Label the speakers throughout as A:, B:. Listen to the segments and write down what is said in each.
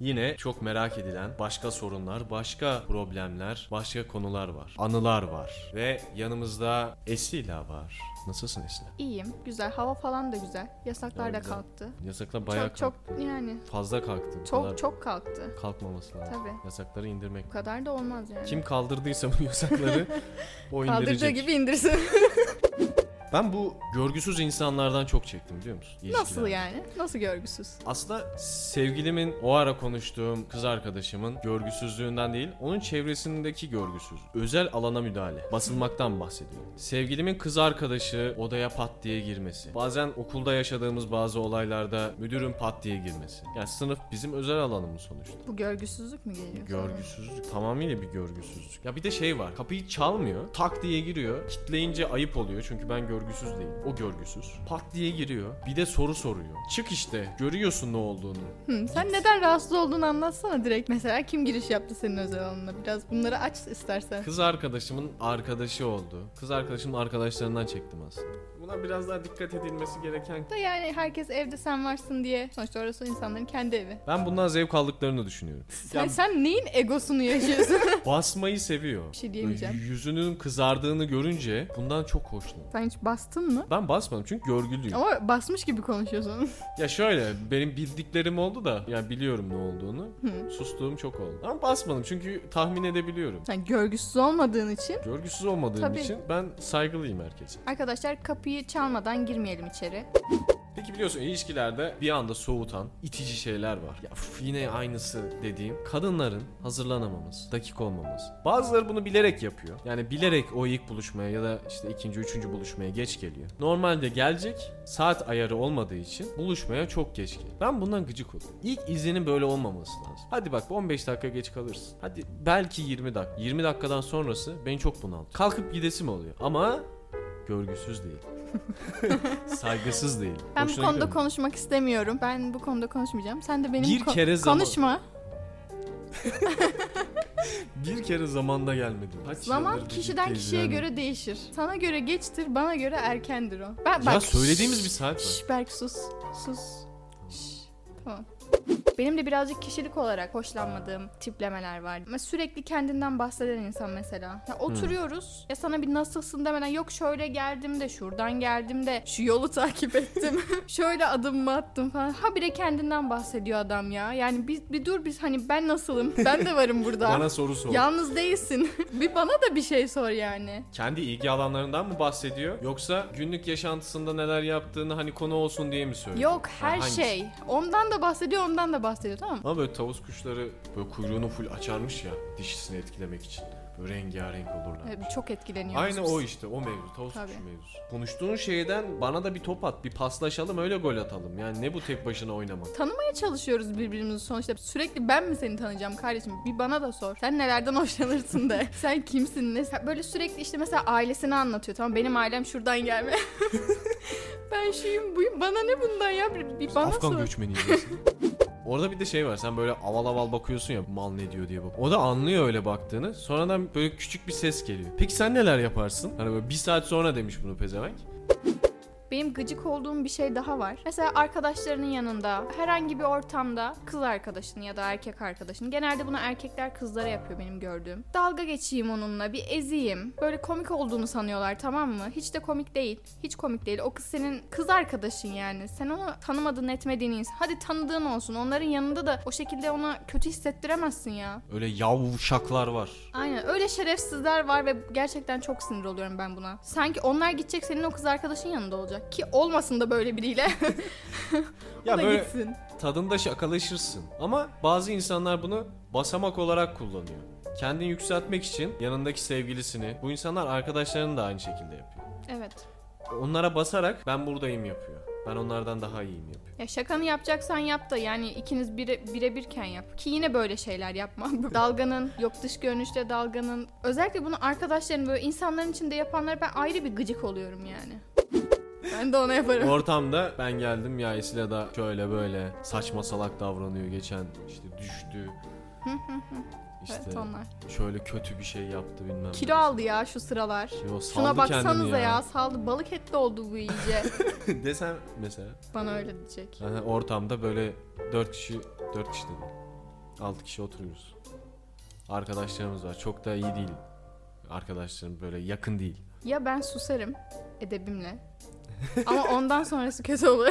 A: Yine çok merak edilen başka sorunlar, başka problemler, başka konular var. Anılar var. Ve yanımızda Esila var. Nasılsın Esila?
B: İyiyim. Güzel. Hava falan da güzel. Yasaklar da
A: Güzel.
B: kalktı.
A: Yasaklar bayağı
B: çok çok yani
A: kalk- fazla kalktı. Bu
B: çok
A: kadar
B: çok kalktı.
A: kalkmaması lazım.
B: Tabii.
A: Yasakları indirmek.
B: Bu kadar da olmaz yani.
A: Kim kaldırdıysa bu yasakları o
B: Kaldırdığı
A: indirecek.
B: gibi indirsin.
A: Ben bu görgüsüz insanlardan çok çektim biliyor musun?
B: Nasıl
A: İlişkilerde.
B: yani? Nasıl görgüsüz?
A: Aslında sevgilimin o ara konuştuğum kız arkadaşımın görgüsüzlüğünden değil, onun çevresindeki görgüsüz. Özel alana müdahale. Basılmaktan bahsediyorum. Sevgilimin kız arkadaşı odaya pat diye girmesi. Bazen okulda yaşadığımız bazı olaylarda müdürün pat diye girmesi. Yani sınıf bizim özel alanımız sonuçta.
B: Bu görgüsüzlük mü geliyor?
A: Görgüsüzlük. Tamamıyla bir görgüsüzlük. Ya bir de şey var. Kapıyı çalmıyor. Tak diye giriyor. Kitleyince ayıp oluyor. Çünkü ben görgüsüz değilim. O görgüsüz. Pat diye giriyor. Bir de soru soruyor. Çık işte. Görüyorsun ne olduğunu.
B: Hı, sen neden rahatsız olduğunu anlatsana direkt. Mesela kim giriş yaptı senin özel alanına? Biraz bunları aç istersen.
A: Kız arkadaşımın arkadaşı oldu. Kız arkadaşımın arkadaşlarından çektim aslında. Buna biraz daha dikkat edilmesi gereken...
B: Da yani herkes evde sen varsın diye. Sonuçta orası insanların kendi evi.
A: Ben bundan zevk aldıklarını düşünüyorum.
B: Sen,
A: Ya-
B: sen neyin egosunu yaşıyorsun?
A: Basmayı seviyor.
B: Bir şey diyemeyeceğim.
A: Y- Yüzünün kızardığını görünce bundan çok hoşlanıyor.
B: sen hiç bastın mı?
A: Ben basmadım çünkü görgülüyüm.
B: Ama basmış gibi konuşuyorsun.
A: Ya şöyle benim bildiklerim oldu da yani biliyorum ne olduğunu.
B: Hı.
A: Sustuğum çok oldu. Ama basmadım çünkü tahmin edebiliyorum.
B: sen görgüsüz olmadığın için
A: Görgüsüz olmadığım
B: Tabii.
A: için ben saygılıyım herkese.
B: Arkadaşlar kapıyı çalmadan girmeyelim içeri.
A: Peki biliyorsun ilişkilerde bir anda soğutan, itici şeyler var. Ya üf, yine aynısı dediğim kadınların hazırlanamaması, dakik olmaması. Bazıları bunu bilerek yapıyor. Yani bilerek o ilk buluşmaya ya da işte ikinci, üçüncü buluşmaya geç geliyor. Normalde gelecek saat ayarı olmadığı için buluşmaya çok geç geliyor. Ben bundan gıcık oldum. İlk izinin böyle olmaması lazım. Hadi bak 15 dakika geç kalırsın. Hadi belki 20 dakika. 20 dakikadan sonrası beni çok bunaltıyor. Kalkıp gidesim oluyor ama görgüsüz değil. Saygısız değil.
B: Ben
A: Hoşuna
B: bu konuda
A: gidiyor mu?
B: konuşmak istemiyorum. Ben bu konuda konuşmayacağım. Sen de benim
A: Bir
B: ko-
A: kere zaman-
B: konuşma.
A: Bir kere zamanda gelmedim. Kaç
B: Zaman
A: yıldır
B: kişiden
A: birlikteyiz
B: kişiye
A: yani.
B: göre değişir. Sana göre geçtir, bana göre erkendir o. Ben
A: Ya
B: bak.
A: söylediğimiz bir saat var.
B: Şş, Berk sus. Sus. Şş, tamam. Benim de birazcık kişilik olarak hoşlanmadığım tiplemeler var. Ama sürekli kendinden bahseden insan mesela.
A: Hmm.
B: Ya oturuyoruz. Ya sana bir nasılsın demeden yok şöyle geldim de şuradan geldim de şu yolu takip ettim. şöyle adımımı attım falan. Ha bile kendinden bahsediyor adam ya. Yani bir, bir dur biz hani ben nasılım? Ben de varım burada.
A: Bana soru sor.
B: Yalnız değilsin. bir bana da bir şey sor yani.
A: Kendi ilgi alanlarından mı bahsediyor? Yoksa günlük yaşantısında neler yaptığını hani konu olsun diye mi söylüyor?
B: Yok her
A: hangisi?
B: şey. Ondan da bahsediyor, ondan da bahsediyor tamam mı?
A: Ama böyle tavus kuşları böyle kuyruğunu full açarmış ya dişisini etkilemek için. Böyle rengarenk olurlar.
B: Evet, E, Çok etkileniyoruz
A: Aynı
B: biz.
A: o işte o mevzu tavus
B: Tabii.
A: kuşu mevzusu. Konuştuğun şeyden bana da bir top at bir paslaşalım öyle gol atalım. Yani ne bu tek başına oynamak?
B: Tanımaya çalışıyoruz birbirimizi sonuçta. Sürekli ben mi seni tanıyacağım kardeşim? Bir bana da sor. Sen nelerden hoşlanırsın de. Sen kimsin? Ne? sen- Böyle sürekli işte mesela ailesini anlatıyor. Tamam benim ailem şuradan gelme. ben şuyum buyum. Bana ne bundan ya? Bir, bir bana
A: Afgan
B: sor.
A: göçmeniyim. Orada bir de şey var sen böyle aval aval bakıyorsun ya mal ne diyor diye bak. O da anlıyor öyle baktığını. Sonradan böyle küçük bir ses geliyor. Peki sen neler yaparsın? Hani böyle bir saat sonra demiş bunu pezevenk.
B: Benim gıcık olduğum bir şey daha var. Mesela arkadaşlarının yanında, herhangi bir ortamda kız arkadaşını ya da erkek arkadaşını, genelde bunu erkekler kızlara yapıyor benim gördüğüm. Dalga geçeyim onunla, bir eziyim. Böyle komik olduğunu sanıyorlar tamam mı? Hiç de komik değil. Hiç komik değil. O kız senin kız arkadaşın yani. Sen onu tanımadığın etmediğin insan. Hadi tanıdığın olsun. Onların yanında da o şekilde ona kötü hissettiremezsin ya.
A: Öyle yavşaklar var.
B: Aynen öyle şerefsizler var ve gerçekten çok sinir oluyorum ben buna. Sanki onlar gidecek senin o kız arkadaşın yanında olacak. Ki olmasın da böyle biriyle.
A: Ya
B: o da
A: böyle
B: gitsin.
A: tadında şakalaşırsın. Ama bazı insanlar bunu basamak olarak kullanıyor. Kendini yükseltmek için yanındaki sevgilisini, bu insanlar arkadaşlarını da aynı şekilde yapıyor.
B: Evet.
A: Onlara basarak ben buradayım yapıyor. Ben onlardan daha iyiyim yapıyor.
B: Ya şakanı yapacaksan yap da yani ikiniz bire, birebirken yap. Ki yine böyle şeyler yapma. dalganın, yok dış görünüşte dalganın. Özellikle bunu arkadaşların böyle insanların içinde yapanlara ben ayrı bir gıcık oluyorum yani. Ben de ona yaparım.
A: Ortamda ben geldim ya Esila da şöyle böyle saçma salak davranıyor geçen işte düştü. işte
B: Evet onlar.
A: şöyle kötü bir şey yaptı bilmem
B: Kilo
A: ne.
B: aldı ya şu sıralar.
A: Yo, saldı
B: Şuna baksanıza
A: kendini
B: ya. saldı. Balık etli oldu bu iyice.
A: Desem mesela
B: Bana öyle diyecek.
A: yani ortamda böyle 4 kişi 4 kişi dedim. 6 kişi oturuyoruz. Arkadaşlarımız var. Çok da iyi değil. Arkadaşlarım böyle yakın değil.
B: Ya ben susarım edebimle. Ama ondan sonrası kötü olur.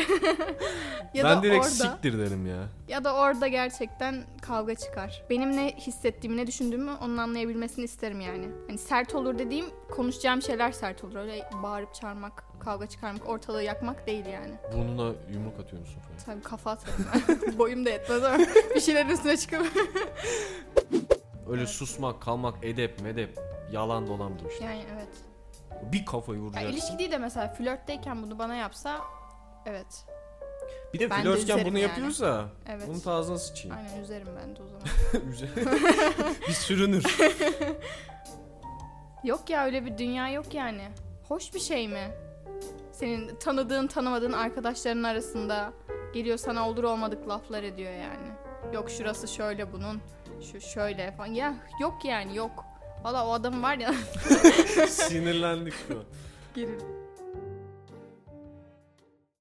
B: ya
A: ben
B: da
A: direkt
B: orada
A: siktir derim ya.
B: ya da orada gerçekten kavga çıkar. Benim ne hissettiğimi, ne düşündüğümü onun anlayabilmesini isterim yani. Hani sert olur dediğim konuşacağım şeyler sert olur. Öyle bağırıp çağırmak, kavga çıkarmak, ortalığı yakmak değil yani.
A: Burnuna yumruk atıyor musun falan?
B: Tabii kafa atarım ben. Boyum da yetmez ama bir şeylerin üstüne çıkıp.
A: Öyle
B: Evet.
A: susmak, kalmak, edep, medep. Yalan dolan bu işte.
B: Yani evet.
A: Bir kafayı
B: Ya
A: vuracaksın.
B: ilişki değil de mesela flörtteyken bunu bana yapsa evet.
A: Bir de
B: Ben de
A: flörtken
B: üzerim
A: bunu
B: yani.
A: yapıyorsa
B: Evet.
A: bunun ağzına sıçayım.
B: Aynen üzerim ben de o zaman.
A: bir sürünür.
B: Yok ya öyle bir dünya yok yani. Hoş bir şey mi? Senin tanıdığın tanımadığın arkadaşların arasında geliyor sana olur olmadık laflar ediyor yani. Yok şurası şöyle bunun, şu şöyle falan. Ya yok yani yok. Valla o adam var ya.
A: Sinirlendik şu an.
B: Gerildim.